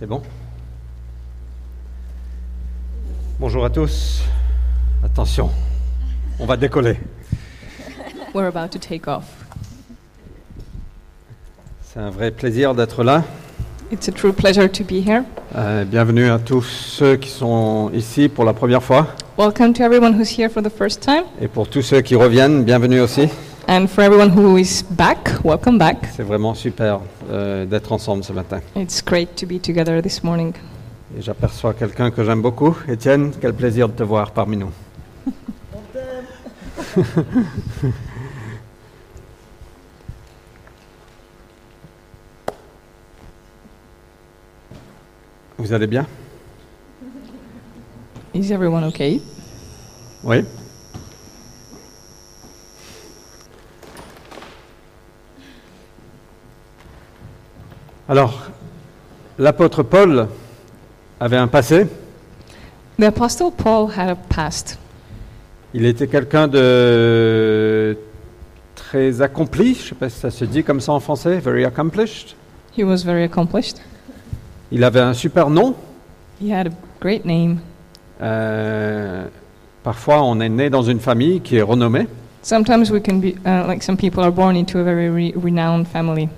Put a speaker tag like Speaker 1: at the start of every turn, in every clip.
Speaker 1: C'est bon Bonjour à tous. Attention, on va décoller.
Speaker 2: We're about to take off.
Speaker 1: C'est un vrai plaisir d'être là.
Speaker 2: It's a true pleasure to be here.
Speaker 1: Euh, bienvenue à tous ceux qui sont ici pour la première fois
Speaker 2: Welcome to everyone who's here for the first time,
Speaker 1: et pour tous ceux qui reviennent, bienvenue aussi.
Speaker 2: and for everyone who is back, welcome back.
Speaker 1: C'est vraiment super euh, d'être ensemble ce matin.
Speaker 2: It's great to be together this morning.
Speaker 1: Et j'aperçois quelqu'un que j'aime beaucoup. Étienne, quel plaisir de te voir parmi nous. Vous allez bien
Speaker 2: Is everyone okay?
Speaker 1: Oui. Alors, l'apôtre Paul avait un passé.
Speaker 2: The Apostle Paul had a past.
Speaker 1: Il était quelqu'un de très accompli, je ne sais pas si ça se dit comme ça en français, very accomplished.
Speaker 2: He was very accomplished.
Speaker 1: Il avait un super nom.
Speaker 2: He had a great name.
Speaker 1: Euh, parfois, on est né dans une famille qui est renommée.
Speaker 2: Sometimes we can be, uh, like some people are born into a very re- renowned family.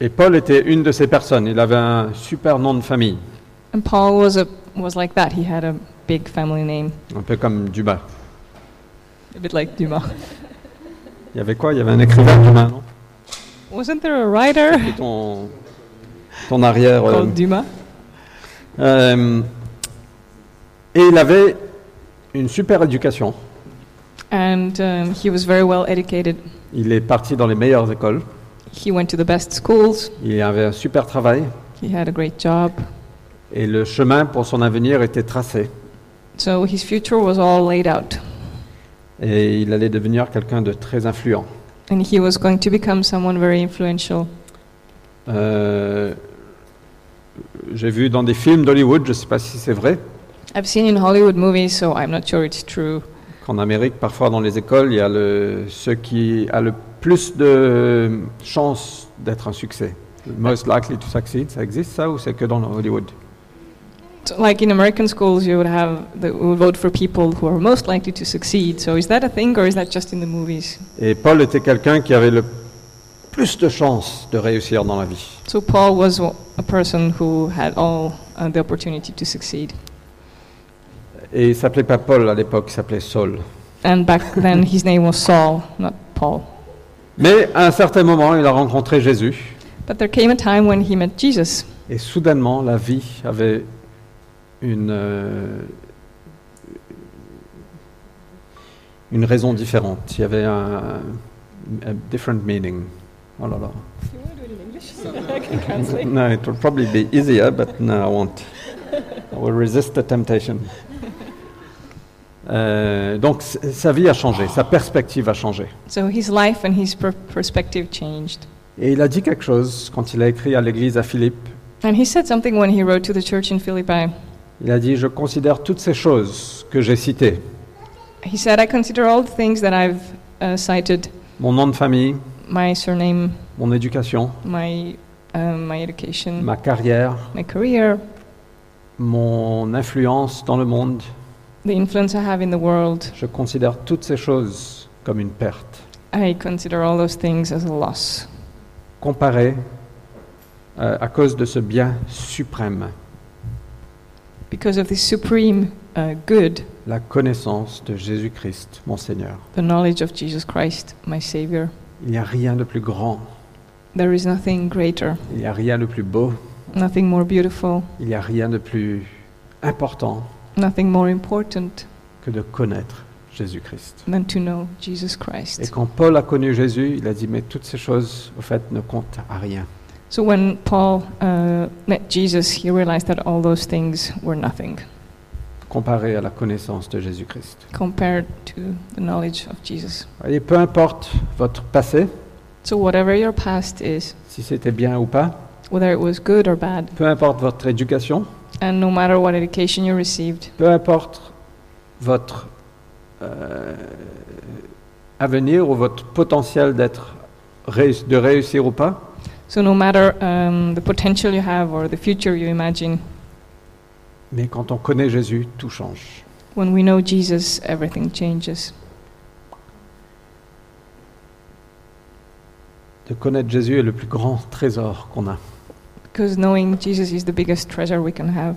Speaker 1: Et Paul était une de ces personnes. Il avait un super nom de famille,
Speaker 2: And Paul was, a, was like that. He had a big family name,
Speaker 1: un peu comme Dumas.
Speaker 2: a bit like Dumas.
Speaker 1: Il y avait quoi Il y avait un écrivain Dumas, non
Speaker 2: Wasn't there a writer
Speaker 1: C'était ton, ton arrière. euh,
Speaker 2: called Dumas?
Speaker 1: euh, et il avait une super éducation.
Speaker 2: And um, he was very well educated.
Speaker 1: Il est parti dans les meilleures écoles.
Speaker 2: He went to the best schools.
Speaker 1: Il avait un super travail.
Speaker 2: He had a great job.
Speaker 1: Et le chemin pour son avenir était tracé.
Speaker 2: So his future was all laid out.
Speaker 1: Et il allait devenir quelqu'un de très influent.
Speaker 2: And he was going to become someone very influential.
Speaker 1: Euh, J'ai vu dans des films d'Hollywood, je ne sais pas si c'est vrai,
Speaker 2: I've seen in Hollywood movies, so I'm not sure it's true.
Speaker 1: qu'en Amérique, parfois dans les écoles, il y a le, ceux qui a le plus de chances d'être un succès. Le Most likely to succeed, ça existe ça ou c'est que dans Hollywood
Speaker 2: So, like in American schools, you would have the, would vote for people who are most likely to succeed. So is that a thing, or is that just in the movies?
Speaker 1: Et Paul était quelqu'un qui avait le plus de chances de réussir dans la vie.
Speaker 2: So Paul was w- a person who had all uh, the opportunity to succeed.
Speaker 1: Et il s'appelait pas Paul à l'époque, il s'appelait Saul.
Speaker 2: And back then, his name was Saul, not Paul.
Speaker 1: Mais à un certain moment, il a rencontré Jésus.
Speaker 2: But there came a time when he met Jesus,
Speaker 1: Et soudainement, la vie avait une, euh, une raison différente. Il y avait un, a different meaning. Oh là là. No, it would probably be easier, but no, I won't. I will resist the temptation. Euh, donc, c- sa vie a changé, sa perspective a changé.
Speaker 2: so his life and his per- perspective changed.
Speaker 1: Et il a dit quelque chose quand il a écrit à l'église à Philippe.
Speaker 2: And he said something when he wrote to the church in Philippi.
Speaker 1: Il a dit Je considère toutes ces choses que j'ai citées
Speaker 2: He said, I consider all the things that I've uh, cited
Speaker 1: mon nom de famille,
Speaker 2: my surname,
Speaker 1: mon éducation,
Speaker 2: my, um, my education,
Speaker 1: ma carrière,
Speaker 2: my career,
Speaker 1: mon influence dans le monde.
Speaker 2: the influence I have in the world.
Speaker 1: Je considère toutes ces choses comme une perte,
Speaker 2: I consider all those things as a loss
Speaker 1: comparée euh, à cause de ce bien suprême,
Speaker 2: because of the supreme uh, good,
Speaker 1: la connaissance de Jésus-Christ, mon Seigneur.
Speaker 2: the knowledge of Jesus Christ, my Savior.
Speaker 1: Il n'y a rien de plus grand,
Speaker 2: There is nothing greater,
Speaker 1: il n'y a rien de plus beau,
Speaker 2: nothing more beautiful,
Speaker 1: il n'y a rien de plus important
Speaker 2: nothing more important
Speaker 1: que de connaître Jésus-Christ.
Speaker 2: than to know Jesus
Speaker 1: Et
Speaker 2: Christ.
Speaker 1: quand Paul a connu Jésus, il a dit, mais toutes ces choses, au fait, ne comptent à rien.
Speaker 2: So when Paul uh, met Jesus, he realized that all those things were nothing.
Speaker 1: comparé à la connaissance de Jésus-Christ.
Speaker 2: compared to the knowledge of Jesus.
Speaker 1: Et peu importe votre passé,
Speaker 2: So, whatever your past is,
Speaker 1: si c'était bien ou pas,
Speaker 2: whether it was good or bad,
Speaker 1: peu importe votre éducation,
Speaker 2: and no matter what education you received,
Speaker 1: peu importe votre euh, avenir ou votre potentiel d'être réuss- de réussir ou pas,
Speaker 2: So no matter um, the potential you have or the future you imagine,
Speaker 1: Mais quand on connaît Jésus, tout change.
Speaker 2: when we know Jesus, everything changes.
Speaker 1: De connaître Jésus est le plus grand trésor qu'on a.
Speaker 2: Because knowing Jesus is the biggest treasure we can have.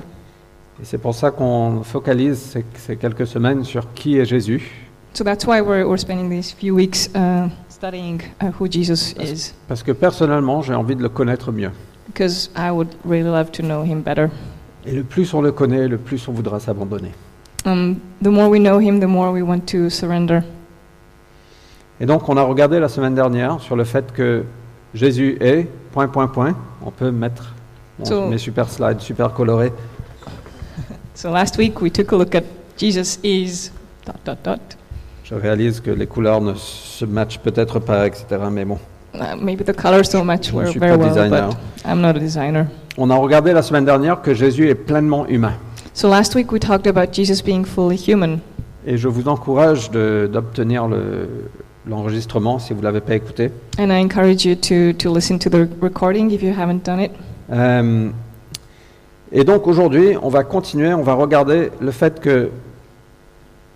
Speaker 1: Et c'est pour ça qu'on focalise ces, ces quelques semaines sur qui est Jésus,
Speaker 2: So that's why we're, we're spending these few weeks uh, studying uh, who Jesus
Speaker 1: That's-
Speaker 2: is.
Speaker 1: parce que personnellement, j'ai envie de le connaître mieux.
Speaker 2: Because I would really love to know him better.
Speaker 1: Et le plus on le connaît, le plus on voudra s'abandonner.
Speaker 2: Um, the more we know him, the more we want to surrender.
Speaker 1: Et donc, on a regardé la semaine dernière sur le fait que Jésus est point point point. On peut mettre bon,
Speaker 2: So-
Speaker 1: mes super slides super colorés.
Speaker 2: So last week we took a look at Jesus is dot dot dot.
Speaker 1: Je réalise que les couleurs ne se matchent peut-être pas, etc. Mais bon,
Speaker 2: Uh, maybe the colors so much
Speaker 1: je
Speaker 2: were
Speaker 1: ne suis
Speaker 2: very
Speaker 1: pas
Speaker 2: well,
Speaker 1: designer.
Speaker 2: but I'm not a designer.
Speaker 1: On a regardé la semaine dernière que Jésus est pleinement humain.
Speaker 2: So last week we talked about Jesus being fully human.
Speaker 1: Et je vous encourage de- d'obtenir le- l'enregistrement si vous ne l'avez pas écouté.
Speaker 2: And I encourage you to, to listen to the recording if you haven't done it.
Speaker 1: Euh, et donc aujourd'hui, on va continuer, on va regarder le fait que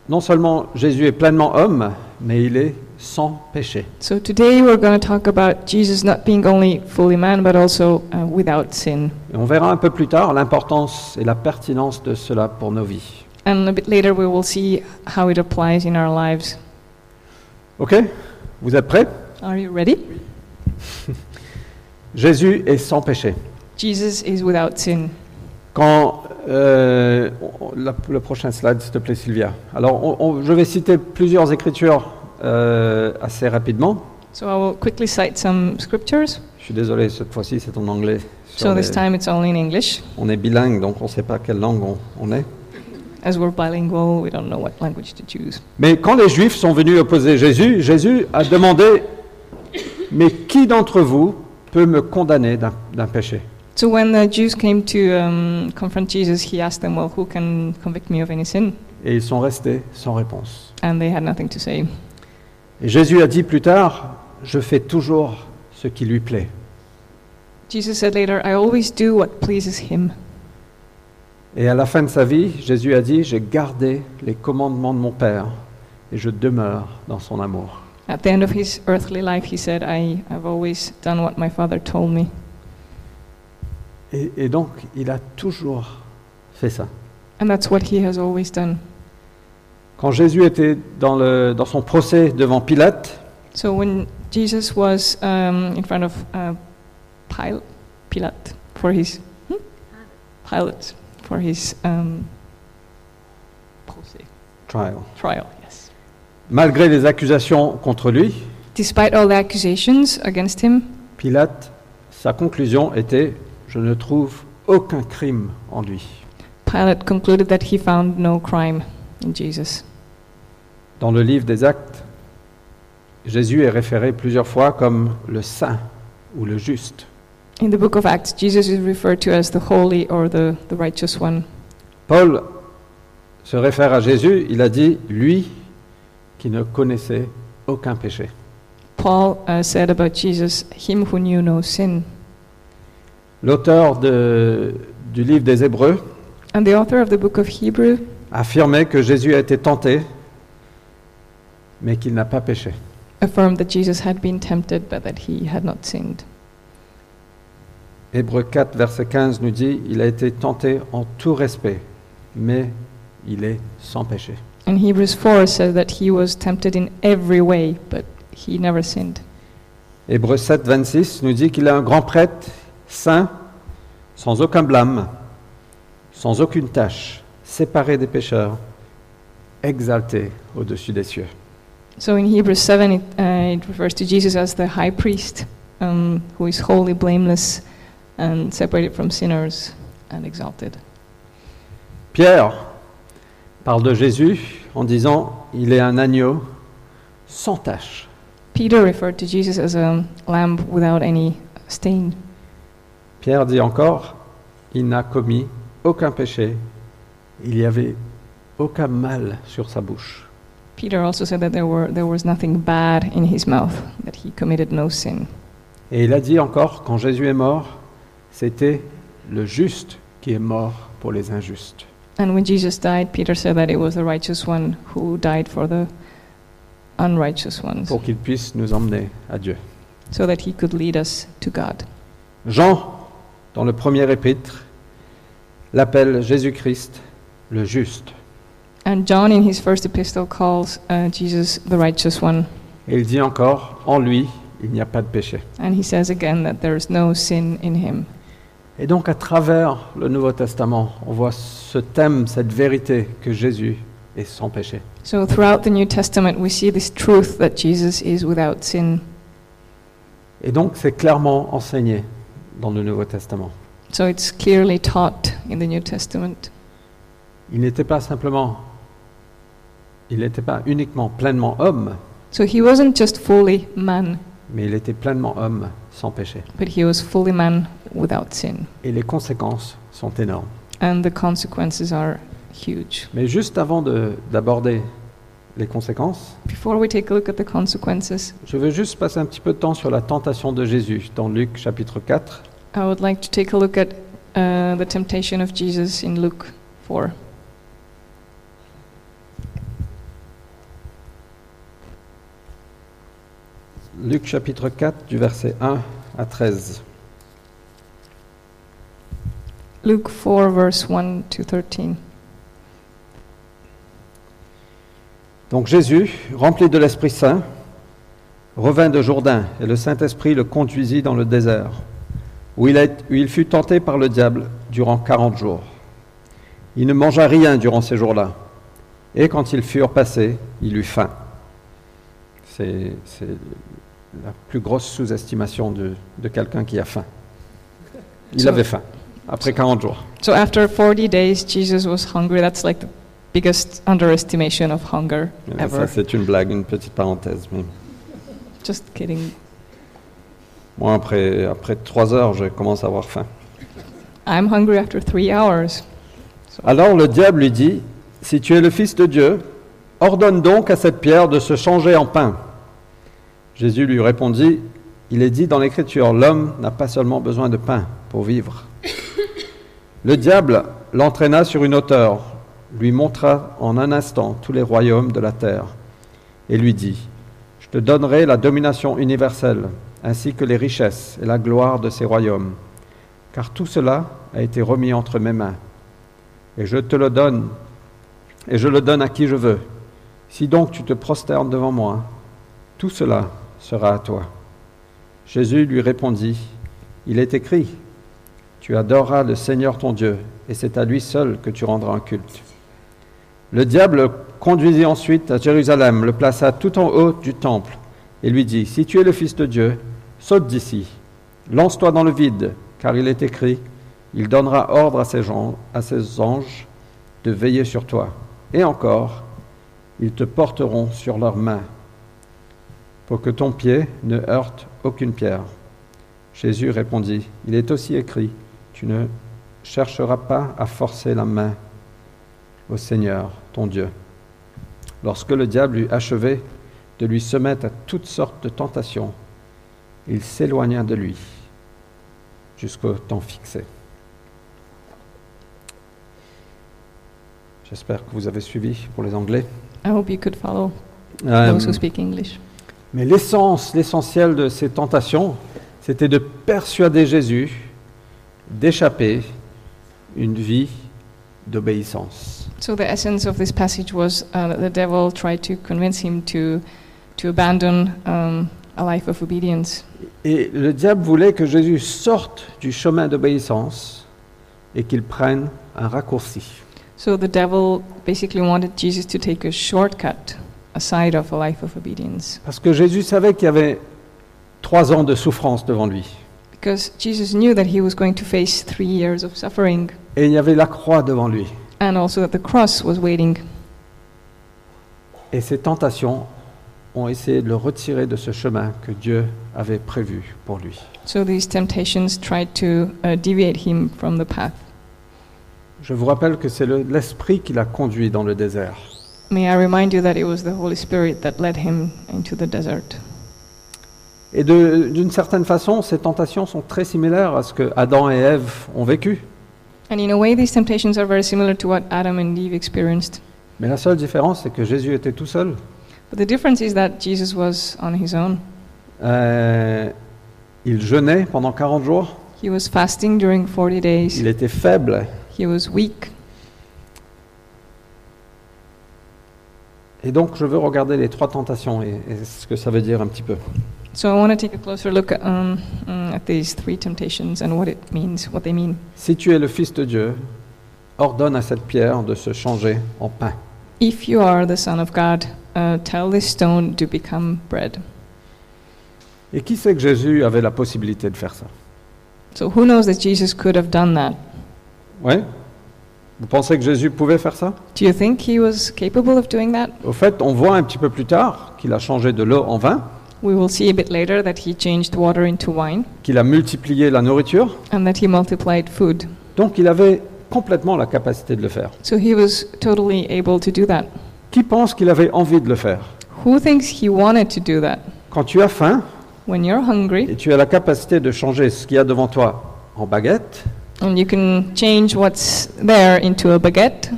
Speaker 1: non seulement Jésus est pleinement homme, mais il est sans péché.
Speaker 2: So today we're going to talk about Jesus not being only fully man, but also uh, without sin.
Speaker 1: Et on verra un peu plus tard l'importance et la pertinence de cela pour nos vies.
Speaker 2: And a bit later we will see how it applies in our lives.
Speaker 1: Ok Vous êtes prêts
Speaker 2: Are you ready?
Speaker 1: Jésus est sans péché.
Speaker 2: Jesus is without sin.
Speaker 1: Quand euh, on- la- le prochain slide, s'il te plaît, Sylvia. Alors, on- on- je vais citer plusieurs écritures euh, assez rapidement.
Speaker 2: So I will quickly cite some scriptures.
Speaker 1: Je suis désolé, cette fois-ci, c'est en anglais. Sur
Speaker 2: So
Speaker 1: les-
Speaker 2: this time it's only in English.
Speaker 1: On est bilingue, donc on ne sait pas quelle langue on, on est.
Speaker 2: As we're bilingual, we don't know what language to choose.
Speaker 1: Mais quand les Juifs sont venus opposer Jésus, Jésus a demandé Mais qui d'entre vous peut me condamner d'un d'un péché
Speaker 2: So when the Jews came to um, confront Jesus, he asked them, Well, who can convict me of any sin?
Speaker 1: Et ils sont restés sans réponse.
Speaker 2: And they had nothing to say.
Speaker 1: Et Jésus a dit plus tard Je fais toujours ce qui lui plaît.
Speaker 2: Jesus said later, I always do what pleases him.
Speaker 1: Et à la fin de sa vie, Jésus a dit, j'ai gardé les commandements de mon Père et je demeure dans son amour.
Speaker 2: At the end of his earthly life, he said, I have always done what my father told me.
Speaker 1: Et, et donc, il a toujours fait ça.
Speaker 2: And that's what he has always done.
Speaker 1: Quand Jésus était dans, le- dans son procès devant Pilate,
Speaker 2: So when Jesus was um, in front of uh, Pil- Pilate for his hmm? Pilate for his um, procès-
Speaker 1: trial,
Speaker 2: trial, yes.
Speaker 1: malgré les accusations contre lui,
Speaker 2: Despite all the accusations against him,
Speaker 1: Pilate, sa conclusion était, je ne trouve aucun crime en lui.
Speaker 2: Pilate concluded that he found no crime in Jesus.
Speaker 1: Dans le livre des actes, Jésus est référé plusieurs fois comme le saint ou le juste.
Speaker 2: In the book of Acts, Jesus is referred to as the holy or the, the righteous one.
Speaker 1: Paul se réfère à Jésus, il a dit, lui qui ne connaissait aucun péché.
Speaker 2: Paul uh, said about Jesus, him who knew no sin.
Speaker 1: L'auteur de- du livre des Hébreux
Speaker 2: And the author of the book of Hebrew
Speaker 1: affirmait que Jésus a été tenté, mais qu'il n'a pas péché.
Speaker 2: affirmed that Jesus had been tempted but that he had not sinned.
Speaker 1: Hébreux 4, verset 15 nous dit, il a été tenté en tout respect, mais il est sans péché.
Speaker 2: And Hebrews 4 says that he was tempted in every way but he never sinned.
Speaker 1: Hébreux 7, 26 nous dit qu'il est un grand prêtre, saint, sans aucun blâme, sans aucune tâche, séparé des pécheurs, exalté au-dessus des cieux.
Speaker 2: So in Hebrews 7, it, uh, it refers to Jesus as the high priest, um, who is wholly blameless and separated from sinners and exalted.
Speaker 1: Pierre parle de Jésus en disant Il est un agneau sans tâche.
Speaker 2: Peter referred to Jesus as a lamb without any stain.
Speaker 1: Pierre dit encore Il n'a commis aucun péché, il n'y avait aucun mal sur sa bouche.
Speaker 2: Peter also said that there, were, there was nothing bad in his mouth, that he committed no sin.
Speaker 1: Et il a dit encore, quand Jésus est mort, c'était le juste qui est mort pour les injustes.
Speaker 2: And when Jesus died, Peter said that it was the righteous one who died for the unrighteous ones,
Speaker 1: pour qu'il puisse nous emmener à Dieu.
Speaker 2: so that he could lead us to God.
Speaker 1: Jean, dans le premier épître, l'appelle Jésus-Christ le juste.
Speaker 2: And John, in his first epistle, calls uh, Jesus the righteous one.
Speaker 1: Et il dit encore, en lui, il n'y a pas de péché.
Speaker 2: And he says again that there is no sin in him.
Speaker 1: Et donc à travers le Nouveau Testament, on voit ce thème, cette vérité que Jésus est sans péché.
Speaker 2: So throughout the New Testament, we see this truth that Jesus is without sin.
Speaker 1: Et donc c'est clairement enseigné dans le Nouveau Testament.
Speaker 2: So it's clearly taught in the New Testament.
Speaker 1: Il n'était pas simplement, il n'était pas uniquement pleinement homme,
Speaker 2: So he wasn't just fully man,
Speaker 1: mais il était pleinement homme sans péché.
Speaker 2: but he was fully man without sin.
Speaker 1: Et les conséquences sont énormes.
Speaker 2: And the consequences are huge.
Speaker 1: Mais juste avant de- d'aborder les conséquences,
Speaker 2: Before we take a look at the consequences,
Speaker 1: je veux juste passer un petit peu de temps sur la tentation de Jésus dans Luc chapitre 4.
Speaker 2: I would like to take a look at uh, the temptation of Jesus in Luke 4.
Speaker 1: Luc chapitre 4 du verset 1 à 13.
Speaker 2: Luke 4, verse 1 to 13.
Speaker 1: Donc Jésus, rempli de l'Esprit Saint, revint de Jourdain et le Saint-Esprit le conduisit dans le désert, où il, a- où il fut tenté par le diable durant quarante jours. Il ne mangea rien durant ces jours-là, et quand ils furent passés, il eut faim. C'est c'est la plus grosse sous-estimation de, de quelqu'un qui a faim. Il
Speaker 2: So-
Speaker 1: avait faim, après 40 jours.
Speaker 2: So after 40 days, Jesus was hungry. That's like the biggest underestimation of hunger
Speaker 1: Mais Ça,
Speaker 2: ever.
Speaker 1: c'est une blague, une petite parenthèse. mais-
Speaker 2: Just kidding.
Speaker 1: Moi, après, après trois heures, je commence à avoir faim.
Speaker 2: I'm hungry after three hours.
Speaker 1: Alors le diable lui dit, Si tu es le Fils de Dieu, ordonne donc à cette pierre de se changer en pain. Jésus lui répondit, Il est dit dans l'Écriture, l'homme n'a pas seulement besoin de pain pour vivre. Le diable l'entraîna sur une hauteur, lui montra en un instant tous les royaumes de la terre, et lui dit, Je te donnerai la domination universelle, ainsi que les richesses et la gloire de ces royaumes, car tout cela a été remis entre mes mains et je te le donne, et je le donne à qui je veux. Si donc tu te prosternes devant moi, tout cela sera à toi. Jésus lui répondit, Il est écrit, Tu adoreras le Seigneur ton Dieu, et c'est à lui seul que tu rendras un culte. Le diable le conduisit ensuite à Jérusalem, le plaça tout en haut du temple, et lui dit, Si tu es le Fils de Dieu, saute d'ici, lance-toi dans le vide, car il est écrit, il donnera ordre à ses, gens- à ses anges de veiller sur toi. Et encore, ils te porteront sur leurs mains pour que ton pied ne heurte aucune pierre. Jésus répondit, Il est aussi écrit, tu ne chercheras pas à forcer la main au Seigneur, ton Dieu. Lorsque le diable eut achevé de lui soumettre à toutes sortes de tentations, il s'éloigna de lui jusqu'au temps fixé. J'espère que vous avez suivi pour les Anglais.
Speaker 2: I hope you could follow
Speaker 1: Euh,
Speaker 2: those who speak English.
Speaker 1: mais l'essence, l'essentiel de ces tentations, c'était de persuader Jésus d'échapper une vie d'obéissance.
Speaker 2: So the essence of this passage was uh, that the devil tried to convince him to, to abandon um, a life of obedience.
Speaker 1: Et le diable voulait que Jésus sorte du chemin d'obéissance et qu'il prenne un raccourci.
Speaker 2: So the devil basically wanted Jesus to take a shortcut aside of a life of obedience.
Speaker 1: Parce que Jésus savait qu'il y avait trois ans de souffrance devant lui.
Speaker 2: Because Jesus knew that he was going to face three years of suffering
Speaker 1: Et il y avait la croix devant lui.
Speaker 2: and also that the cross was waiting.
Speaker 1: Et ces tentations ont essayé de le retirer de ce chemin que Dieu avait prévu pour lui.
Speaker 2: So these temptations tried to uh, deviate him from the path.
Speaker 1: Je vous rappelle que c'est le- l'esprit qui l'a conduit dans le désert.
Speaker 2: May I remind you that it was the Holy Spirit that led him into the desert.
Speaker 1: Et de- d'une certaine façon, ces tentations sont très similaires à ce que Adam et Ève ont vécu.
Speaker 2: And in a way, these temptations are very similar to what Adam and Eve experienced.
Speaker 1: Mais la seule différence, c'est que Jésus était tout seul.
Speaker 2: But the difference is that Jesus was on his own.
Speaker 1: Euh, il jeûnait pendant 40 jours.
Speaker 2: He was fasting during 40 days.
Speaker 1: Il était faible.
Speaker 2: He was weak.
Speaker 1: Et donc, je veux regarder les trois tentations et, et ce que ça veut dire un petit peu.
Speaker 2: So I want to take a closer look at, um, mm, at these three temptations and what it means, what they mean.
Speaker 1: Si tu es le Fils de Dieu, ordonne à cette pierre de se changer en pain.
Speaker 2: If you are the Son of God, uh, tell this stone to become bread.
Speaker 1: Et qui sait que Jésus avait la possibilité de faire ça
Speaker 2: So who knows that Jesus could have done that?
Speaker 1: Oui Vous pensez que Jésus pouvait faire ça
Speaker 2: Do you think he was capable of doing that?
Speaker 1: Au fait, on voit un petit peu plus tard qu'il a changé de l'eau en vin,
Speaker 2: We will see a bit later that he changed water into wine
Speaker 1: qu'il a multiplié la nourriture.
Speaker 2: and that he multiplied food.
Speaker 1: Donc, il avait complètement la capacité de le faire.
Speaker 2: So he was totally able to do that.
Speaker 1: Qui pense qu'il avait envie de le faire
Speaker 2: Who thinks he wanted to do that?
Speaker 1: Quand tu as faim
Speaker 2: When you're hungry
Speaker 1: et tu as la capacité de changer ce qu'il y a devant toi en baguette,
Speaker 2: and you can change what's there into a baguette,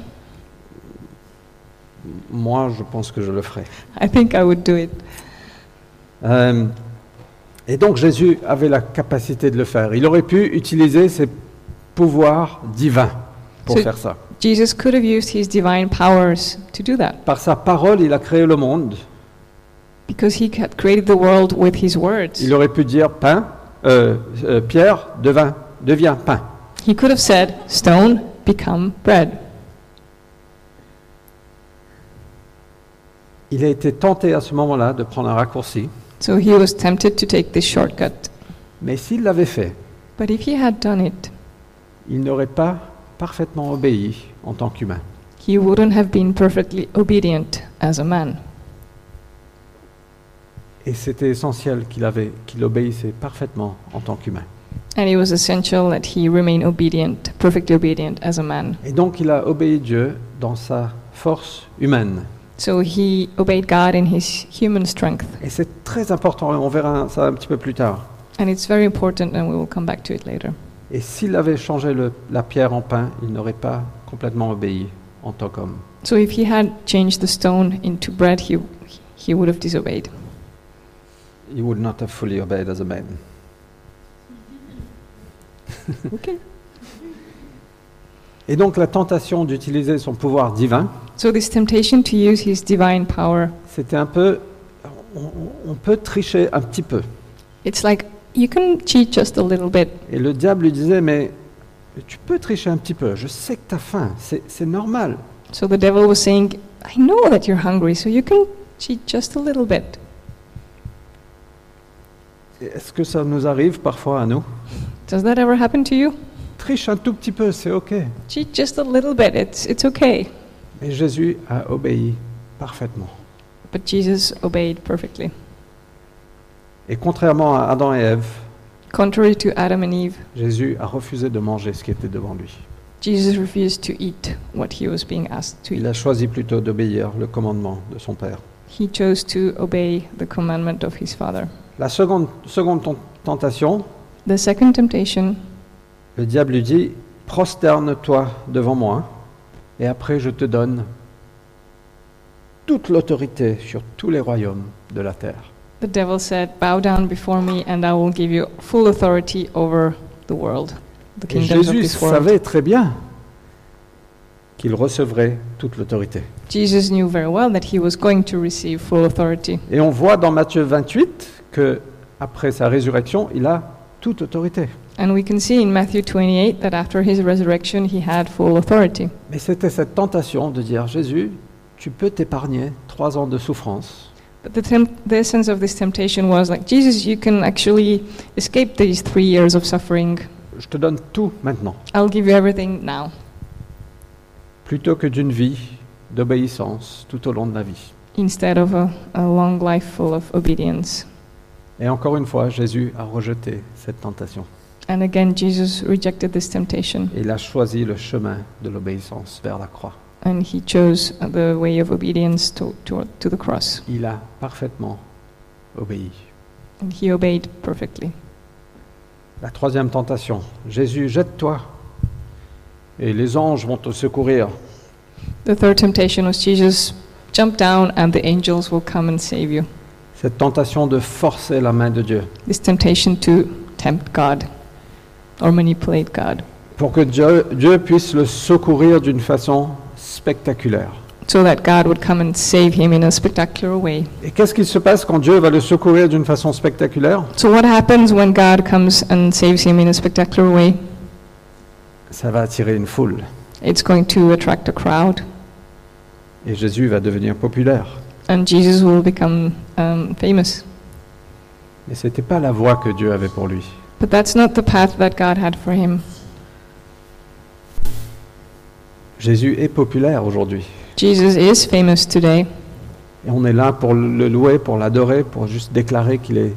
Speaker 1: moi, je pense que je le ferai.
Speaker 2: I think I would do it.
Speaker 1: Euh, et donc Jésus avait la capacité de le faire. Il aurait pu utiliser ses pouvoirs divins pour
Speaker 2: C'est-
Speaker 1: faire ça.
Speaker 2: Jesus could have used his divine powers to do that
Speaker 1: Par sa parole, il a créé le monde.
Speaker 2: because he had created the world with his words.
Speaker 1: Il aurait pu dire pain, euh, euh, pierre devint, devient pain.
Speaker 2: He could have said, Stone, become bread.
Speaker 1: Il a été tenté à ce moment-là de prendre un raccourci,
Speaker 2: So he was tempted to take this shortcut.
Speaker 1: mais s'il l'avait fait,
Speaker 2: But if he had done it,
Speaker 1: il n'aurait pas parfaitement obéi en tant qu'humain.
Speaker 2: he wouldn't have been perfectly obedient as a man.
Speaker 1: Et c'était essentiel qu'il avait- qu'il obéissait parfaitement en tant qu'humain.
Speaker 2: And it was essential that he remain obedient, perfectly obedient as a man.
Speaker 1: Et donc il a obéi Dieu dans sa force humaine.
Speaker 2: So he obeyed God in his human strength.
Speaker 1: Et c'est très important, on verra ça un petit peu plus tard.
Speaker 2: And it's very important, and we will come back to it later.
Speaker 1: Et s'il avait changé le- la pierre en pain, il n'aurait pas complètement obéi en tant qu'homme.
Speaker 2: So if he had changed the stone into bread, he, he would have disobeyed.
Speaker 1: He would not have fully obeyed as a man.
Speaker 2: Okay.
Speaker 1: Et donc la tentation d'utiliser son pouvoir divin,
Speaker 2: So this temptation to use his divine power,
Speaker 1: c'était un peu... On, on peut tricher un petit peu.
Speaker 2: it's like you can cheat just a little bit.
Speaker 1: Et le diable lui disait, mais tu peux tricher un petit peu, je sais que tu as faim, c'est c'est normal.
Speaker 2: So the devil was saying, I know that you're hungry, so you can cheat just a little bit.
Speaker 1: Est-ce que ça nous arrive parfois à nous
Speaker 2: Does that ever happen to you?
Speaker 1: Triche un tout petit peu, c'est OK.
Speaker 2: Cheat just a little bit, it's, it's okay.
Speaker 1: Mais Jésus a obéi parfaitement.
Speaker 2: But Jesus obeyed perfectly.
Speaker 1: Et contrairement à Adam et Ève,
Speaker 2: Contrary to Adam and Eve,
Speaker 1: Jésus a refusé de manger ce qui était devant lui.
Speaker 2: Jesus refused to eat what he was being asked to
Speaker 1: Il
Speaker 2: eat.
Speaker 1: a choisi plutôt d'obéir le commandement de son Père.
Speaker 2: He chose to obey the commandment of his father.
Speaker 1: La seconde, seconde ten- tentation,
Speaker 2: The second temptation,
Speaker 1: le diable lui dit, prosterne-toi devant moi, et après je te donne toute l'autorité sur tous les royaumes de la terre.
Speaker 2: the devil said, Bow down before me, and I will give you full authority over the world, the
Speaker 1: Et
Speaker 2: kingdoms of
Speaker 1: Jésus
Speaker 2: this world.
Speaker 1: savait très bien qu'il recevrait toute l'autorité.
Speaker 2: Jesus knew very well that he was going to receive full authority.
Speaker 1: Et on voit dans Matthieu 28 que après sa résurrection, il a toute autorité.
Speaker 2: And we can see in Matthew 28 that after his resurrection, he had full authority.
Speaker 1: Mais c'était cette tentation de dire Jésus, tu peux t'épargner trois ans de souffrance.
Speaker 2: But the, temp- the essence of this temptation was like, Jesus, you can actually escape these three years of suffering.
Speaker 1: Je te donne tout maintenant,
Speaker 2: I'll give you everything now.
Speaker 1: plutôt que d'une vie d'obéissance tout au long de la vie.
Speaker 2: instead of a, a long life full of obedience.
Speaker 1: Et encore une fois, Jésus a rejeté cette tentation.
Speaker 2: And again, Jesus rejected this temptation
Speaker 1: Et il a choisi le chemin de l'obéissance vers la croix.
Speaker 2: and he chose the way of obedience to, to, to the cross.
Speaker 1: Il a parfaitement obéi.
Speaker 2: and he obeyed perfectly.
Speaker 1: La troisième tentation. Jésus, jette-toi. Et les anges vont te secourir.
Speaker 2: The third temptation was Jesus, jump down and the angels will come and save you.
Speaker 1: Cette tentation de forcer la main de Dieu.
Speaker 2: This temptation to tempt God or manipulate God
Speaker 1: Pour que Dieu, Dieu puisse le secourir d'une façon spectaculaire.
Speaker 2: so that God would come and save him in a spectacular way.
Speaker 1: Et qu'est-ce qui se passe quand Dieu va le secourir d'une façon spectaculaire
Speaker 2: So, what happens when God comes and saves him in a spectacular way?
Speaker 1: Ça va attirer une foule.
Speaker 2: It's going to attract a crowd,
Speaker 1: Et Jésus va devenir populaire.
Speaker 2: and Jesus will become um, famous.
Speaker 1: Mais ce n'était pas la voie que Dieu avait pour lui.
Speaker 2: But that's not the path that God had for him.
Speaker 1: Jésus est populaire aujourd'hui.
Speaker 2: Jesus is famous today,
Speaker 1: Et on est là pour le louer, pour l'adorer, pour juste déclarer qu'il est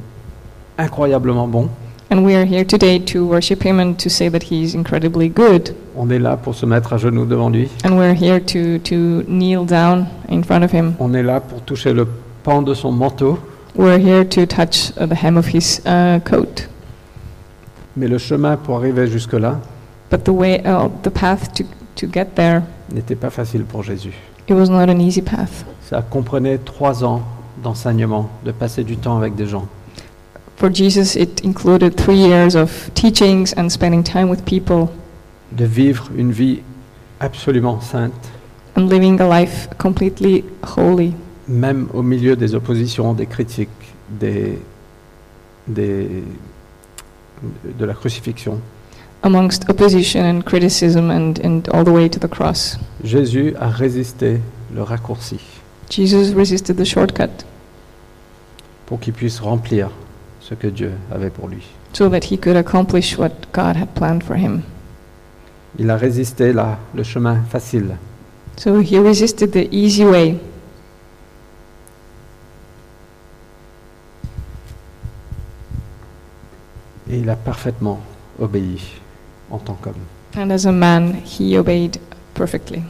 Speaker 1: incroyablement bon.
Speaker 2: and we are here today to worship him and to say that he's incredibly good.
Speaker 1: On est là pour se mettre à genoux devant lui.
Speaker 2: And we're here to, to kneel down in front of him.
Speaker 1: On est là pour toucher le pan de son manteau.
Speaker 2: We're here to touch uh, the hem of his uh, coat.
Speaker 1: Mais le chemin pour arriver jusque-là
Speaker 2: But the way, uh, the path to, to get there,
Speaker 1: n'était pas facile pour Jésus.
Speaker 2: it was not an easy path.
Speaker 1: Ça comprenait trois ans d'enseignement, de passer du temps avec des gens.
Speaker 2: For Jesus, it included three years of teachings and spending time with people
Speaker 1: de vivre une vie absolument sainte,
Speaker 2: and living a life completely holy,
Speaker 1: même au milieu des oppositions, des critiques, des, des- de la crucifixion.
Speaker 2: amongst opposition and criticism and, and all the way to the cross.
Speaker 1: Jésus a résisté le raccourci
Speaker 2: Jesus resisted the shortcut
Speaker 1: pour qu'il puisse remplir ce que Dieu avait pour lui.
Speaker 2: so that he could accomplish what God had planned for him.
Speaker 1: Il a résisté là le chemin facile
Speaker 2: So he resisted the easy way
Speaker 1: et il a parfaitement obéi en tant qu'homme.
Speaker 2: And as a man, he obeyed perfectly.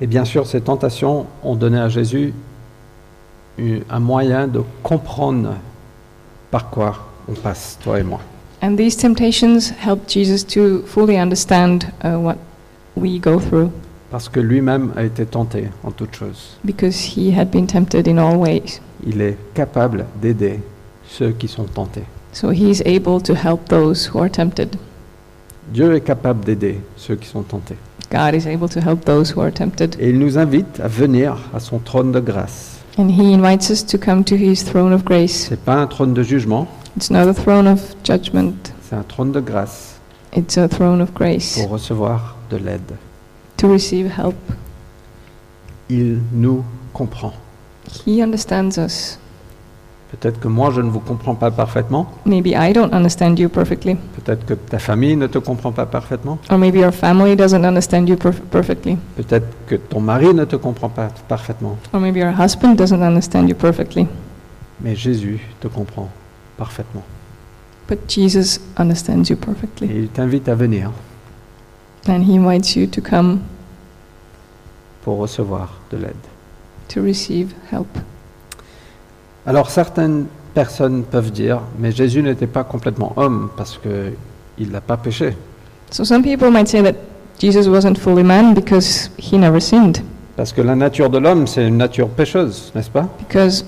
Speaker 1: Et bien sûr, ces tentations ont donné à Jésus une- un moyen de comprendre par quoi on passe, toi et moi.
Speaker 2: And these temptations helped Jesus to fully understand uh, what we go through
Speaker 1: Parce que lui-même a été tenté en toutes choses.
Speaker 2: because he had been tempted in all ways.
Speaker 1: Il est capable d'aider ceux qui sont tentés.
Speaker 2: So he is able to help those who are tempted.
Speaker 1: Dieu est capable d'aider ceux qui sont tentés.
Speaker 2: God is able to help those who are tempted.
Speaker 1: Et il nous invite à venir à son trône de grâce.
Speaker 2: And he invites us to come to his throne of grace.
Speaker 1: C'est pas un trône de jugement,
Speaker 2: It's not a throne of judgment,
Speaker 1: c'est un trône de grâce
Speaker 2: it's a throne of grace
Speaker 1: pour recevoir de l'aide.
Speaker 2: to receive help.
Speaker 1: Il nous comprend.
Speaker 2: He understands us.
Speaker 1: Peut-être que moi je ne vous comprends pas parfaitement,
Speaker 2: Maybe I don't understand you perfectly,
Speaker 1: peut-être que ta famille ne te comprend pas parfaitement,
Speaker 2: or maybe your family doesn't understand you perf- perfectly.
Speaker 1: peut-être que ton mari ne te comprend pas parfaitement,
Speaker 2: Or maybe your husband doesn't understand you perfectly,
Speaker 1: mais Jésus te comprend parfaitement.
Speaker 2: but Jesus understands you perfectly.
Speaker 1: Et il t'invite à venir
Speaker 2: And he invites you to come
Speaker 1: pour recevoir de l'aide.
Speaker 2: to receive help.
Speaker 1: Alors certaines personnes peuvent dire, mais Jésus n'était pas complètement homme parce que il n'a pas péché,
Speaker 2: So some people might say that Jesus wasn't fully man because he never sinned,
Speaker 1: parce que la nature de l'homme c'est une nature pécheuse, n'est-ce pas
Speaker 2: because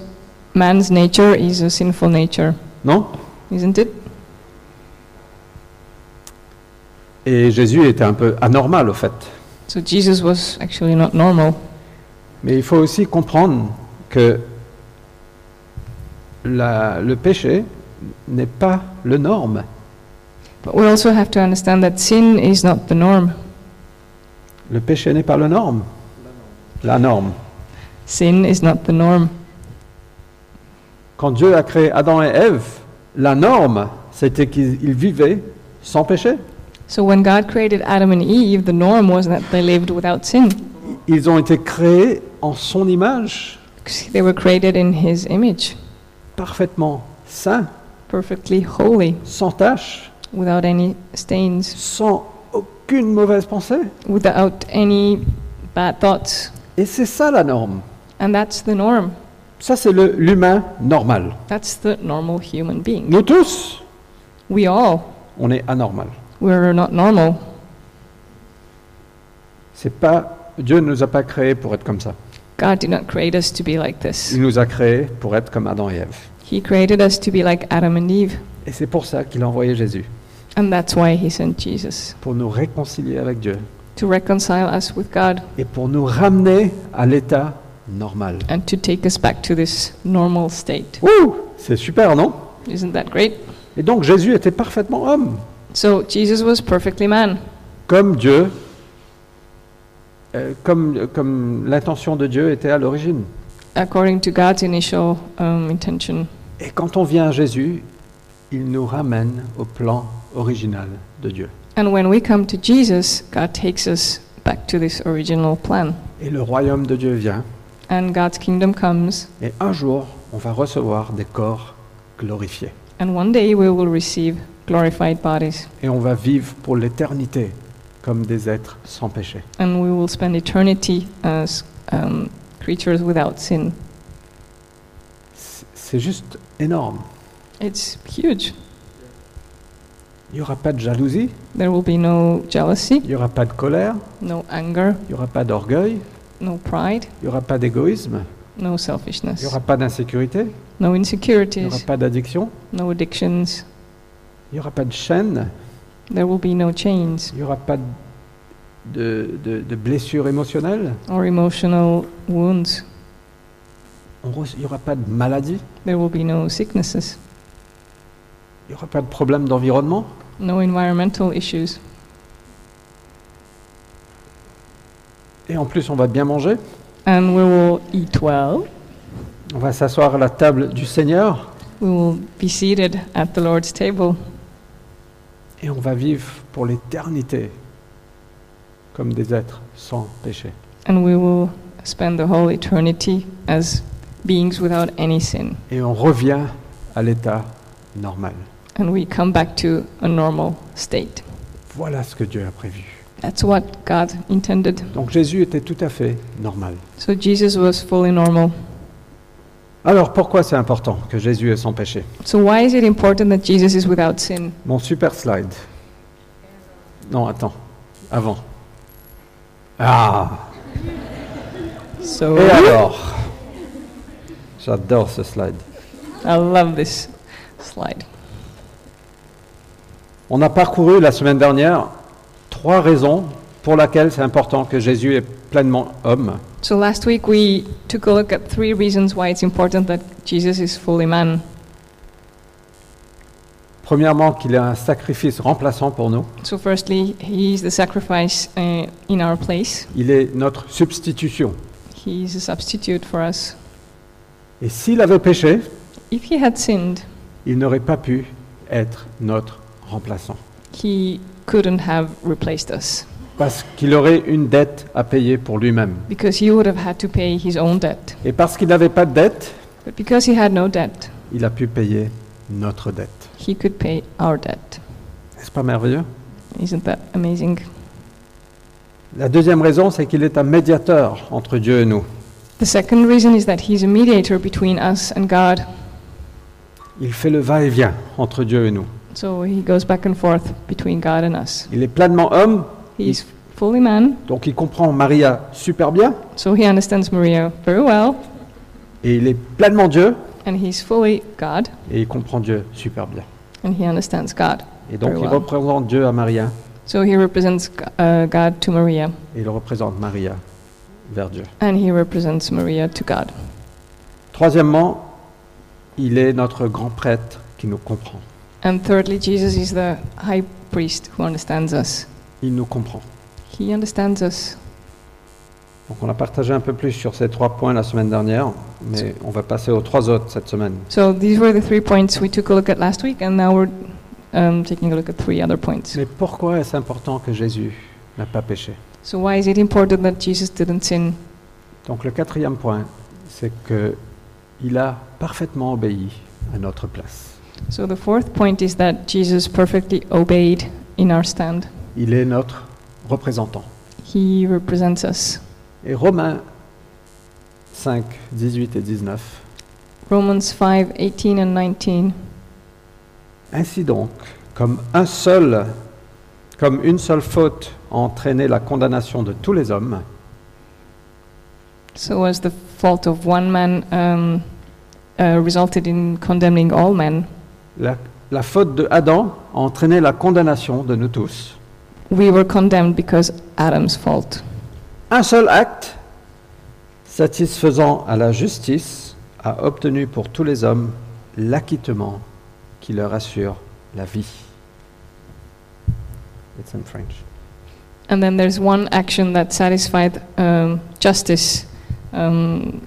Speaker 2: man's nature is a sinful nature,
Speaker 1: Non
Speaker 2: isn't it?
Speaker 1: Et Jésus était un peu anormal au fait.
Speaker 2: So Jesus was actually not normal.
Speaker 1: Mais il faut aussi comprendre que la- le péché n'est pas le norme.
Speaker 2: But we also have to understand that sin is not the norm.
Speaker 1: Le péché n'est pas le norme. La norme.
Speaker 2: Sin is not the norm.
Speaker 1: Quand Dieu a créé Adam et Ève, la norme, c'était qu'ils ils vivaient sans péché.
Speaker 2: So when God created Adam and Eve, the norm was that they lived without sin.
Speaker 1: Ils ont été créés en son image,
Speaker 2: Because They were created in His image,
Speaker 1: parfaitement sains,
Speaker 2: perfectly holy,
Speaker 1: sans tache,
Speaker 2: without any stains,
Speaker 1: sans aucune mauvaise pensée.
Speaker 2: without any bad thoughts.
Speaker 1: Et c'est ça la norme.
Speaker 2: And that's the norm.
Speaker 1: Ça, c'est le- l'humain normal.
Speaker 2: That's the normal human being.
Speaker 1: Nous tous,
Speaker 2: We all,
Speaker 1: on est anormal.
Speaker 2: we're not normal.
Speaker 1: C'est pas Dieu ne nous a pas créés pour être comme ça.
Speaker 2: God did not create us to be like this.
Speaker 1: Il nous a créés pour être comme Adam et Ève.
Speaker 2: He created us to be like Adam and Eve.
Speaker 1: Et c'est pour ça qu'il a envoyé Jésus,
Speaker 2: And that's why he sent Jesus
Speaker 1: pour nous réconcilier avec Dieu
Speaker 2: to reconcile us with God
Speaker 1: et pour nous ramener à l'état normal.
Speaker 2: and to take us back to this normal state.
Speaker 1: Ouh, c'est super, non
Speaker 2: Isn't that great?
Speaker 1: Et donc Jésus était parfaitement homme,
Speaker 2: So Jesus was perfectly man,
Speaker 1: comme Dieu, euh, comme, comme l'intention de Dieu était à l'origine.
Speaker 2: according to God's initial um, intention.
Speaker 1: Et quand on vient à Jésus, il nous ramène au plan original de Dieu.
Speaker 2: And when we come to Jesus, God takes us back to this original plan.
Speaker 1: Et le royaume de Dieu vient,
Speaker 2: And God's kingdom comes,
Speaker 1: et un jour, on va recevoir des corps glorifiés.
Speaker 2: and one day we will receive glorified bodies,
Speaker 1: Et on va vivre pour l'éternité comme des êtres sans péché.
Speaker 2: and we will spend eternity as um, creatures without sin.
Speaker 1: C'est c'est juste énorme.
Speaker 2: It's huge.
Speaker 1: Il n'y aura pas de jalousie,
Speaker 2: There will be no jealousy,
Speaker 1: il n'y aura pas de colère,
Speaker 2: no anger,
Speaker 1: il n'y aura pas d'orgueil,
Speaker 2: no pride,
Speaker 1: il n'y aura pas d'égoïsme,
Speaker 2: no
Speaker 1: il n'y
Speaker 2: selfishness,
Speaker 1: aura pas d'insécurité,
Speaker 2: no
Speaker 1: il n'y aura
Speaker 2: insecurities,
Speaker 1: pas d'addiction,
Speaker 2: no addictions.
Speaker 1: il n'y aura pas de chaîne,
Speaker 2: There will be no chains
Speaker 1: il n'y aura pas de, de- de blessures émotionnelles,
Speaker 2: or emotional wounds.
Speaker 1: on re- il n'y aura pas de maladie,
Speaker 2: There will be no sicknesses,
Speaker 1: il n'y aura pas de problème d'environnement.
Speaker 2: no environmental issues.
Speaker 1: Et en plus, on va bien manger,
Speaker 2: And we will eat well.
Speaker 1: on va s'asseoir à la table du Seigneur
Speaker 2: We will be seated at the Lord's table
Speaker 1: et on va vivre pour l'éternité comme des êtres sans péché.
Speaker 2: and we will spend the whole eternity as beings without any sin.
Speaker 1: Et on revient à l'état normal.
Speaker 2: And we come back to a normal state.
Speaker 1: Voilà ce que Dieu a prévu.
Speaker 2: That's what God intended.
Speaker 1: Donc Jésus était tout à fait normal.
Speaker 2: So Jesus was fully normal.
Speaker 1: Alors pourquoi c'est important que Jésus est sans péché
Speaker 2: So why is it important that Jesus is without sin?
Speaker 1: Mon super slide. Non, attends. Avant. Ah
Speaker 2: So
Speaker 1: Et alors J'adore ce slide.
Speaker 2: I love this slide.
Speaker 1: On a parcouru la semaine dernière trois raisons pour lesquelles c'est important que Jésus est pleinement homme.
Speaker 2: So last week we took a look at three reasons why it's important that Jesus is fully man.
Speaker 1: Premièrement, qu'il est un sacrifice remplaçant pour nous.
Speaker 2: So firstly, he is the sacrifice uh, in our place.
Speaker 1: Il est notre substitution.
Speaker 2: He is a substitute for us.
Speaker 1: Et s'il avait péché,
Speaker 2: If he had sinned,
Speaker 1: il n'aurait pas pu être notre remplaçant.
Speaker 2: he couldn't have replaced us
Speaker 1: Parce qu'il aurait une dette à payer pour lui-même.
Speaker 2: because he would have had to pay his own debt.
Speaker 1: Et parce qu'il n'avait pas de dette,
Speaker 2: But because he had no debt,
Speaker 1: il a pu payer notre dette.
Speaker 2: he could pay our debt.
Speaker 1: N'est-ce pas merveilleux
Speaker 2: Isn't that amazing?
Speaker 1: La deuxième raison, c'est qu'il est un médiateur entre Dieu et nous.
Speaker 2: The second reason is that he's a mediator between us and God.
Speaker 1: Il fait le va-et-vient entre Dieu et nous.
Speaker 2: So he goes back and forth between God and us.
Speaker 1: Il est pleinement homme,
Speaker 2: He is fully man,
Speaker 1: donc il comprend Maria super bien,
Speaker 2: so he understands Maria very well,
Speaker 1: et il est pleinement Dieu,
Speaker 2: and he's fully God,
Speaker 1: et il comprend Dieu super bien.
Speaker 2: and he understands God.
Speaker 1: Et donc
Speaker 2: Very
Speaker 1: il
Speaker 2: well.
Speaker 1: représente Dieu à Maria,
Speaker 2: So he represents uh, God to Maria,
Speaker 1: et il représente Maria vers Dieu.
Speaker 2: and he represents Maria to God.
Speaker 1: Troisièmement, il est notre grand prêtre qui nous comprend.
Speaker 2: And thirdly, Jesus is the high priest who understands us.
Speaker 1: Il nous comprend.
Speaker 2: He understands us.
Speaker 1: Donc on a partagé un peu plus sur ces trois points la semaine dernière, mais on va passer aux trois autres cette semaine.
Speaker 2: So these were the three points we took a look at last week, and now we're um, taking a look at three other points.
Speaker 1: Mais pourquoi est-ce important que Jésus n'a pas péché
Speaker 2: So why is it important that Jesus didn't sin?
Speaker 1: Donc le quatrième point, c'est que il a parfaitement obéi à notre place.
Speaker 2: So the fourth point is that Jesus perfectly obeyed in our stand.
Speaker 1: Il est notre représentant.
Speaker 2: He represents us.
Speaker 1: Et Romains 5, 18 et 19.
Speaker 2: Romans 5 18 and 19.
Speaker 1: Ainsi donc, comme un seul, comme une seule faute a entraîné la condamnation de tous les hommes,
Speaker 2: So, as the fault of one man um, uh, resulted in condemning all men,
Speaker 1: la, la faute de Adam a entraîné la condamnation de nous tous.
Speaker 2: we were condemned because Adam's fault.
Speaker 1: Un seul acte satisfaisant à la justice a obtenu pour tous les hommes l'acquittement qui leur assure la vie. It's in French.
Speaker 2: And then there's one action that satisfied um, justice. Um,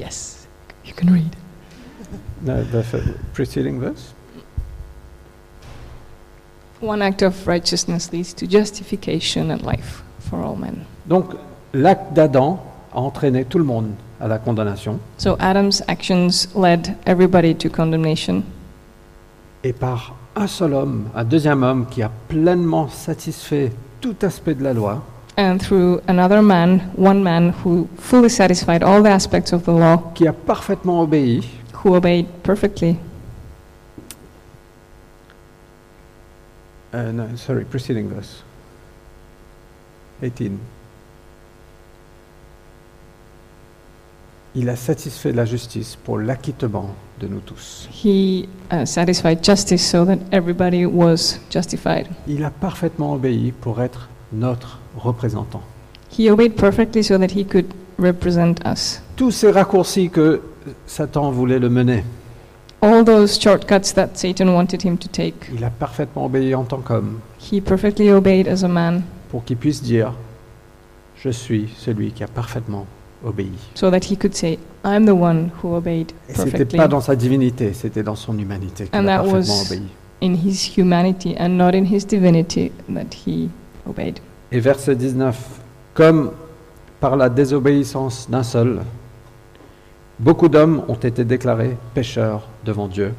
Speaker 2: yes, you can read.
Speaker 1: No, the f- preceding verse.
Speaker 2: One act of righteousness leads to justification and life for all men.
Speaker 1: Donc, l'acte d'Adam a entraîné tout le monde à la condamnation.
Speaker 2: So Adam's actions led everybody to condemnation,
Speaker 1: Et par un seul homme, un deuxième homme qui a pleinement satisfait tout aspect de la loi,
Speaker 2: and through another man, one man who fully satisfied all the aspects of the law,
Speaker 1: qui a parfaitement obéi,
Speaker 2: who obeyed perfectly.
Speaker 1: euh, no, sorry, preceding verse, 18. Il a satisfait la justice pour l'acquittement de nous tous.
Speaker 2: He uh, satisfied justice so that everybody was justified.
Speaker 1: Il a parfaitement obéi pour être notre représentant.
Speaker 2: He obeyed perfectly so that he could represent us.
Speaker 1: Tous ces raccourcis que Satan voulait le mener,
Speaker 2: All those shortcuts that Satan wanted him to take,
Speaker 1: il a parfaitement obéi en tant qu'homme.
Speaker 2: he perfectly obeyed as a man
Speaker 1: pour qu'il puisse dire Je suis celui qui a parfaitement obéi.
Speaker 2: so that he could say, I'm the one who obeyed
Speaker 1: Et c'était
Speaker 2: perfectly
Speaker 1: pas dans sa divinité, c'était dans son humanité qu'il
Speaker 2: And
Speaker 1: a
Speaker 2: that
Speaker 1: parfaitement
Speaker 2: was-
Speaker 1: obéi.
Speaker 2: in his humanity and not in his divinity that he obeyed.
Speaker 1: Et verset 19 Comme par la désobéissance d'un seul, beaucoup d'hommes ont été déclarés pécheurs devant Dieu.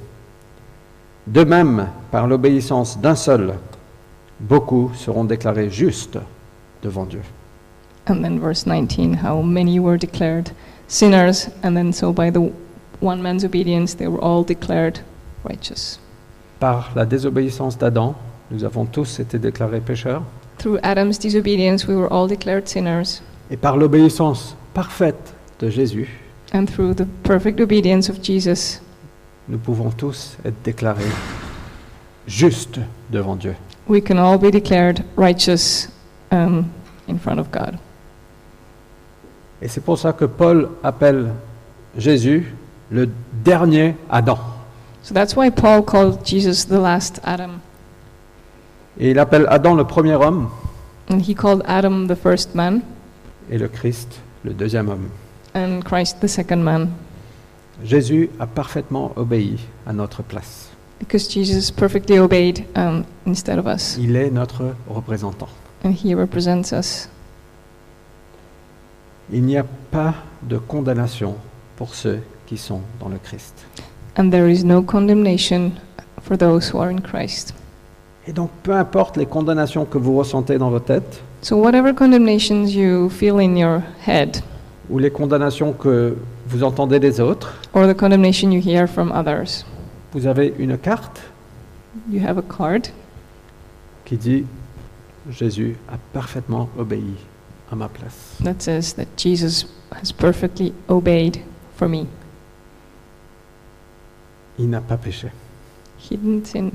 Speaker 1: De même, par l'obéissance d'un seul, beaucoup seront déclarés justes devant Dieu.
Speaker 2: And then verse 19, how many were declared sinners, and then so by the one man's obedience they were all declared righteous.
Speaker 1: Par la désobéissance d'Adam, nous avons tous été déclarés pécheurs.
Speaker 2: Through Adam's disobedience we were all declared sinners,
Speaker 1: Et par l'obéissance parfaite de Jésus,
Speaker 2: and through the perfect obedience of Jesus
Speaker 1: nous pouvons tous être déclarés justes devant Dieu.
Speaker 2: we can all be declared righteous um, in front of God.
Speaker 1: Et c'est pour ça que Paul appelle Jésus le dernier Adam.
Speaker 2: So that's why Paul called Jesus the last Adam,
Speaker 1: Et il appelle Adam le premier homme
Speaker 2: and he called Adam the first man,
Speaker 1: et le Christ le deuxième homme.
Speaker 2: and Christ the second man,
Speaker 1: Jésus a parfaitement obéi à notre place.
Speaker 2: because Jesus perfectly obeyed um, instead of us,
Speaker 1: Il est notre représentant.
Speaker 2: and he represents us.
Speaker 1: Il n'y a pas de condamnation pour ceux qui sont dans le Christ.
Speaker 2: And there is no condemnation for those who are in Christ.
Speaker 1: Et donc peu importe les condamnations que vous ressentez dans vos têtes,
Speaker 2: So, whatever condemnations you feel in your head,
Speaker 1: ou les condamnations que vous entendez des autres,
Speaker 2: or the condemnation you hear from others,
Speaker 1: vous avez une carte
Speaker 2: you have a card
Speaker 1: qui dit Jésus a parfaitement obéi à ma place.
Speaker 2: that says that Jesus has perfectly obeyed for me.
Speaker 1: Il n'a pas péché.
Speaker 2: He didn't sin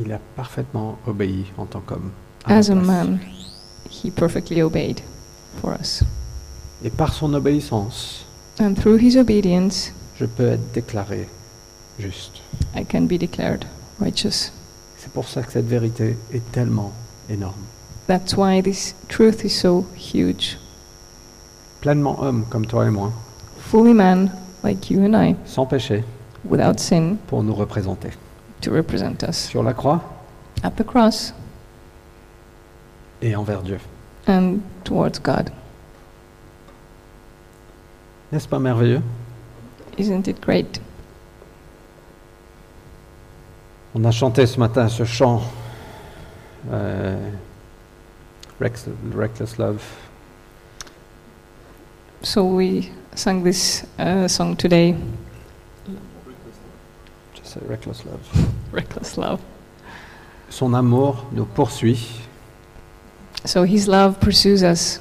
Speaker 1: Il a parfaitement obéi en tant qu'homme. à ma
Speaker 2: as a
Speaker 1: place.
Speaker 2: man. He perfectly obeyed for us.
Speaker 1: Et par son obéissance,
Speaker 2: And through his obedience,
Speaker 1: je peux être déclaré juste.
Speaker 2: I can be declared righteous.
Speaker 1: C'est pour ça que cette vérité est tellement énorme.
Speaker 2: That's why this truth is so huge.
Speaker 1: Pleinement homme comme toi et moi,
Speaker 2: Fully man, like you and I,
Speaker 1: sans péché,
Speaker 2: without sin,
Speaker 1: pour nous représenter.
Speaker 2: to represent us
Speaker 1: Sur la croix
Speaker 2: at the cross
Speaker 1: et envers Dieu.
Speaker 2: and towards God.
Speaker 1: N'est-ce pas merveilleux
Speaker 2: Isn't it great?
Speaker 1: On a chanté ce matin ce chant, euh, Rex- Reckless Love,
Speaker 2: So we sang this uh, song today,
Speaker 1: Just say reckless love.
Speaker 2: Reckless Love.
Speaker 1: Son amour nous poursuit
Speaker 2: So his love pursues us,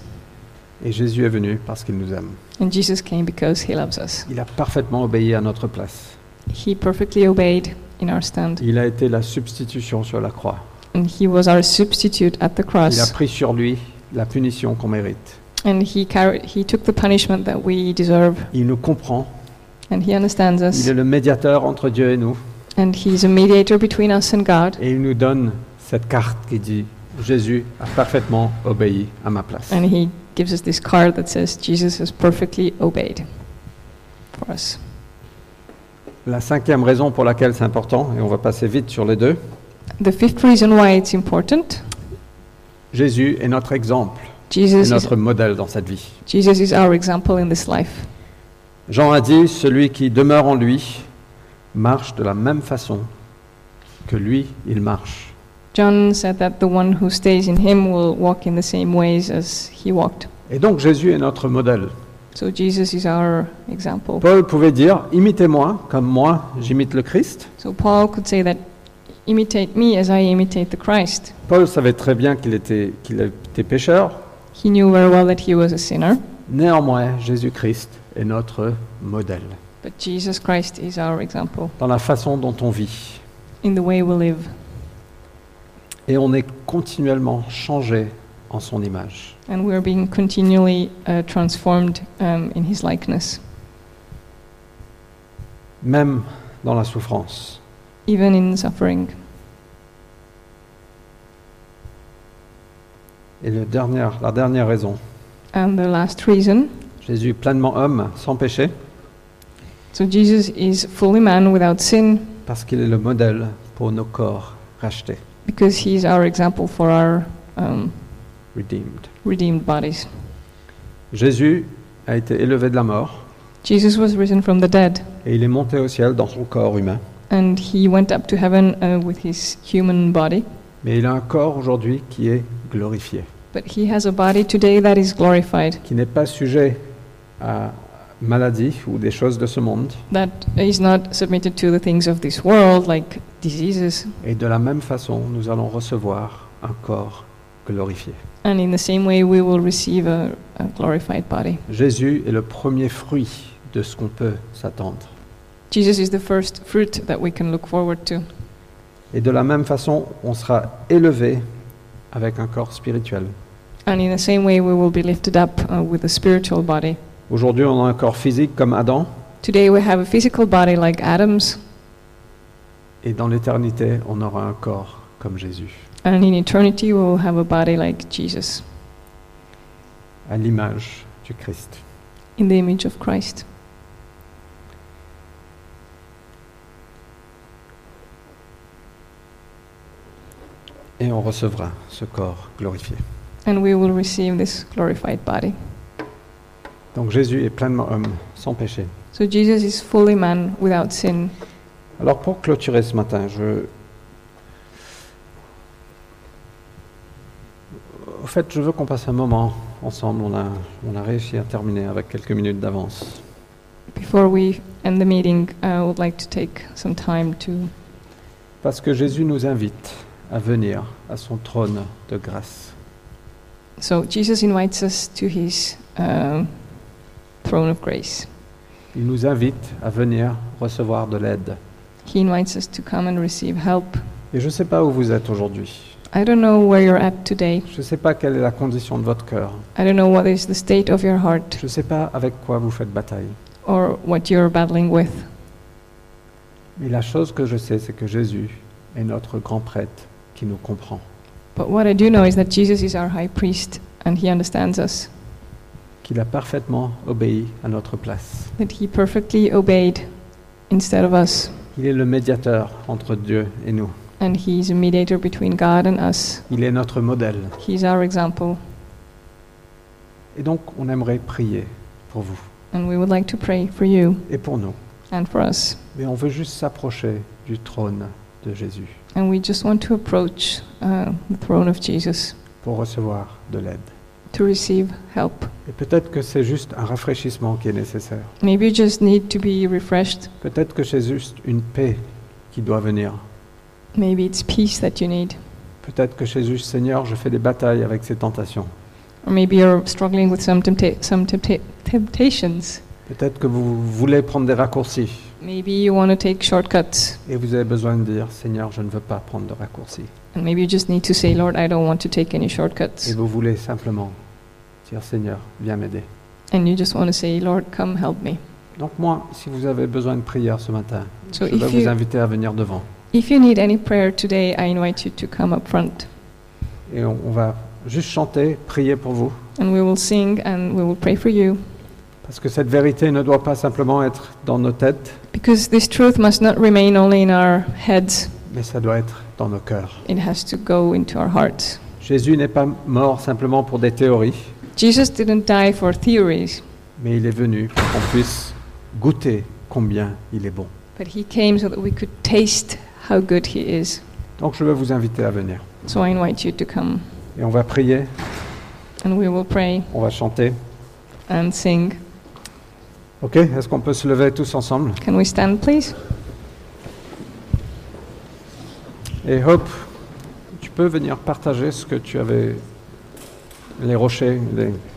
Speaker 1: et Jésus est venu parce qu'il nous aime.
Speaker 2: and Jesus came because he loves us.
Speaker 1: Il a parfaitement obéi à notre place.
Speaker 2: He perfectly obeyed in our stand,
Speaker 1: Il a été la substitution sur la croix.
Speaker 2: and he was our substitute at the
Speaker 1: Il a
Speaker 2: cross,
Speaker 1: pris sur lui la punition qu'on mérite.
Speaker 2: and he, carried, he took the punishment that we deserve,
Speaker 1: Il nous comprend.
Speaker 2: and he understands
Speaker 1: Il
Speaker 2: us,
Speaker 1: est le médiateur entre Dieu et nous.
Speaker 2: and he's a mediator between us and God,
Speaker 1: Et il nous donne cette carte qui dit Jésus a parfaitement obéi à ma place.
Speaker 2: and he gives us this card that says Jesus has perfectly obeyed for us.
Speaker 1: La cinquième raison pour laquelle c'est important, et on va passer vite sur les deux,
Speaker 2: The fifth reason why it's important
Speaker 1: Jésus est notre exemple, est
Speaker 2: Jesus is,
Speaker 1: notre modèle dans cette vie.
Speaker 2: Jesus is our example in this life.
Speaker 1: Jean a dit, celui qui demeure en lui marche de la même façon que lui, il marche.
Speaker 2: John said that the one who stays in him will walk in the same ways as he walked.
Speaker 1: Et donc Jésus est notre modèle.
Speaker 2: So Jesus is our example.
Speaker 1: Paul pouvait dire, imitez-moi comme moi j'imite le Christ.
Speaker 2: So Paul could say that imitate me as I imitate the Christ.
Speaker 1: Paul savait très bien qu'il était, qu'il était pécheur.
Speaker 2: He knew very well that he was a sinner,
Speaker 1: Néanmoins, Jésus-Christ est notre modèle
Speaker 2: but Jesus Christ is our example
Speaker 1: dans la façon dont on vit.
Speaker 2: in the way we live,
Speaker 1: Et on est continuellement changé en son image.
Speaker 2: and we're being continually uh, transformed um, in his likeness,
Speaker 1: même dans la souffrance.
Speaker 2: even in suffering.
Speaker 1: Et le dernier- la dernière raison,
Speaker 2: And the last reason
Speaker 1: Jésus pleinement homme, sans péché,
Speaker 2: so Jesus is fully man without sin
Speaker 1: parce qu'il est le modèle pour nos corps rachetés,
Speaker 2: because he is our example for our um,
Speaker 1: redeemed.
Speaker 2: redeemed bodies.
Speaker 1: Jésus a été élevé de la mort
Speaker 2: Jesus was risen from the dead,
Speaker 1: et il est monté au ciel dans son corps humain.
Speaker 2: and he went up to heaven uh, with his human body.
Speaker 1: Mais il a un corps aujourd'hui qui est glorifié,
Speaker 2: But he has a body today that is glorified,
Speaker 1: qui n'est pas sujet à maladie ou des choses de ce monde.
Speaker 2: that is not submitted to the things of this world, like diseases.
Speaker 1: Et de la même façon, nous allons recevoir un corps glorifié.
Speaker 2: And in the same way, we will receive a, a glorified body.
Speaker 1: Jésus est le premier fruit de ce qu'on peut s'attendre.
Speaker 2: Jesus is the first fruit that we can look forward to.
Speaker 1: Et de la même façon, on sera élevé avec un corps spirituel.
Speaker 2: And in the same way, we will be lifted up uh, with a spiritual body.
Speaker 1: Aujourd'hui, on a un corps physique comme Adam,
Speaker 2: Today, we have a physical body like Adam's,
Speaker 1: et dans l'éternité, on aura un corps comme Jésus,
Speaker 2: and in eternity, we will have a body like Jesus,
Speaker 1: à l'image du Christ.
Speaker 2: in the image of Christ.
Speaker 1: Et on recevra ce corps glorifié.
Speaker 2: and we will receive this glorified body.
Speaker 1: Donc Jésus est pleinement homme, sans péché.
Speaker 2: So Jesus is fully man without sin.
Speaker 1: Alors pour clôturer ce matin, je... Au fait, je veux qu'on passe un moment ensemble. On a, on a réussi à terminer avec quelques minutes d'avance.
Speaker 2: Before we end the meeting, I would like to take some time to
Speaker 1: Parce que Jésus nous invite à venir à son trône de grâce.
Speaker 2: so Jesus invites us to his uh, throne of grace.
Speaker 1: Il nous invite à venir recevoir de l'aide.
Speaker 2: He invites us to come and receive help.
Speaker 1: Et je ne sais pas où vous êtes aujourd'hui.
Speaker 2: I don't know where you're at today.
Speaker 1: Je ne sais pas quelle est la condition de votre cœur.
Speaker 2: I don't know what is the state of your heart
Speaker 1: Je ne sais pas avec quoi vous faites bataille.
Speaker 2: or what you're battling with.
Speaker 1: Mais la chose que je sais, c'est que Jésus est notre grand prêtre qui nous comprend,
Speaker 2: But what I do know is that Jesus is our high priest and he understands us,
Speaker 1: qu'il a parfaitement obéi à notre place.
Speaker 2: that he perfectly obeyed instead of us.
Speaker 1: Il est le médiateur entre Dieu et nous.
Speaker 2: And he is a mediator between God and us.
Speaker 1: Il est notre modèle.
Speaker 2: He is our example.
Speaker 1: Et donc, on aimerait prier pour vous
Speaker 2: And we would like to pray for you
Speaker 1: et pour nous.
Speaker 2: and for us.
Speaker 1: Mais on veut juste s'approcher du trône de Jésus
Speaker 2: And we just want to approach uh, the throne of Jesus
Speaker 1: pour recevoir de l'aide.
Speaker 2: to to receive help.
Speaker 1: Et peut-être que c'est juste un rafraîchissement qui est nécessaire.
Speaker 2: Maybe you just need to be refreshed.
Speaker 1: Peut-être que c'est juste une paix qui doit venir.
Speaker 2: Maybe it's peace that you need.
Speaker 1: Peut-être que c'est juste, Seigneur, je fais des batailles avec ces tentations.
Speaker 2: Or maybe you're struggling with some, tempta- some tempta- temptations.
Speaker 1: Peut-être que vous voulez prendre des raccourcis
Speaker 2: Maybe you want to take shortcuts.
Speaker 1: et vous avez besoin de dire, Seigneur, je ne veux pas prendre de raccourcis.
Speaker 2: And maybe you just need to say, Lord, I don't want to take any
Speaker 1: Et
Speaker 2: shortcuts.
Speaker 1: vous voulez simplement dire, Seigneur, viens m'aider.
Speaker 2: And you just want to say, Lord, come help me.
Speaker 1: Donc moi, si vous avez besoin de prière ce matin,
Speaker 2: So
Speaker 1: je vais
Speaker 2: if
Speaker 1: vous
Speaker 2: you,
Speaker 1: inviter à venir devant.
Speaker 2: if you need any prayer today, I invite you to come up front.
Speaker 1: Et on, on va juste chanter, prier pour vous.
Speaker 2: And we will sing and we will pray for you.
Speaker 1: Parce que cette vérité ne doit pas simplement être dans nos têtes,
Speaker 2: Because this truth must not remain only in our heads,
Speaker 1: mais ça doit être dans nos cœurs.
Speaker 2: it has to go into our hearts.
Speaker 1: Jésus n'est pas mort simplement pour des théories,
Speaker 2: Jesus didn't die for theories,
Speaker 1: mais il est venu pour qu'on puisse goûter combien il est bon.
Speaker 2: but he came so that we could taste how good he is.
Speaker 1: Donc je veux vous inviter à venir.
Speaker 2: So I invite you to come
Speaker 1: Et on va prier,
Speaker 2: and we will pray
Speaker 1: on va chanter.
Speaker 2: and sing.
Speaker 1: Ok Est-ce qu'on peut se lever tous ensemble
Speaker 2: Can we stand, please?
Speaker 1: Et Hope, tu peux venir partager ce que tu avais, les rochers, les-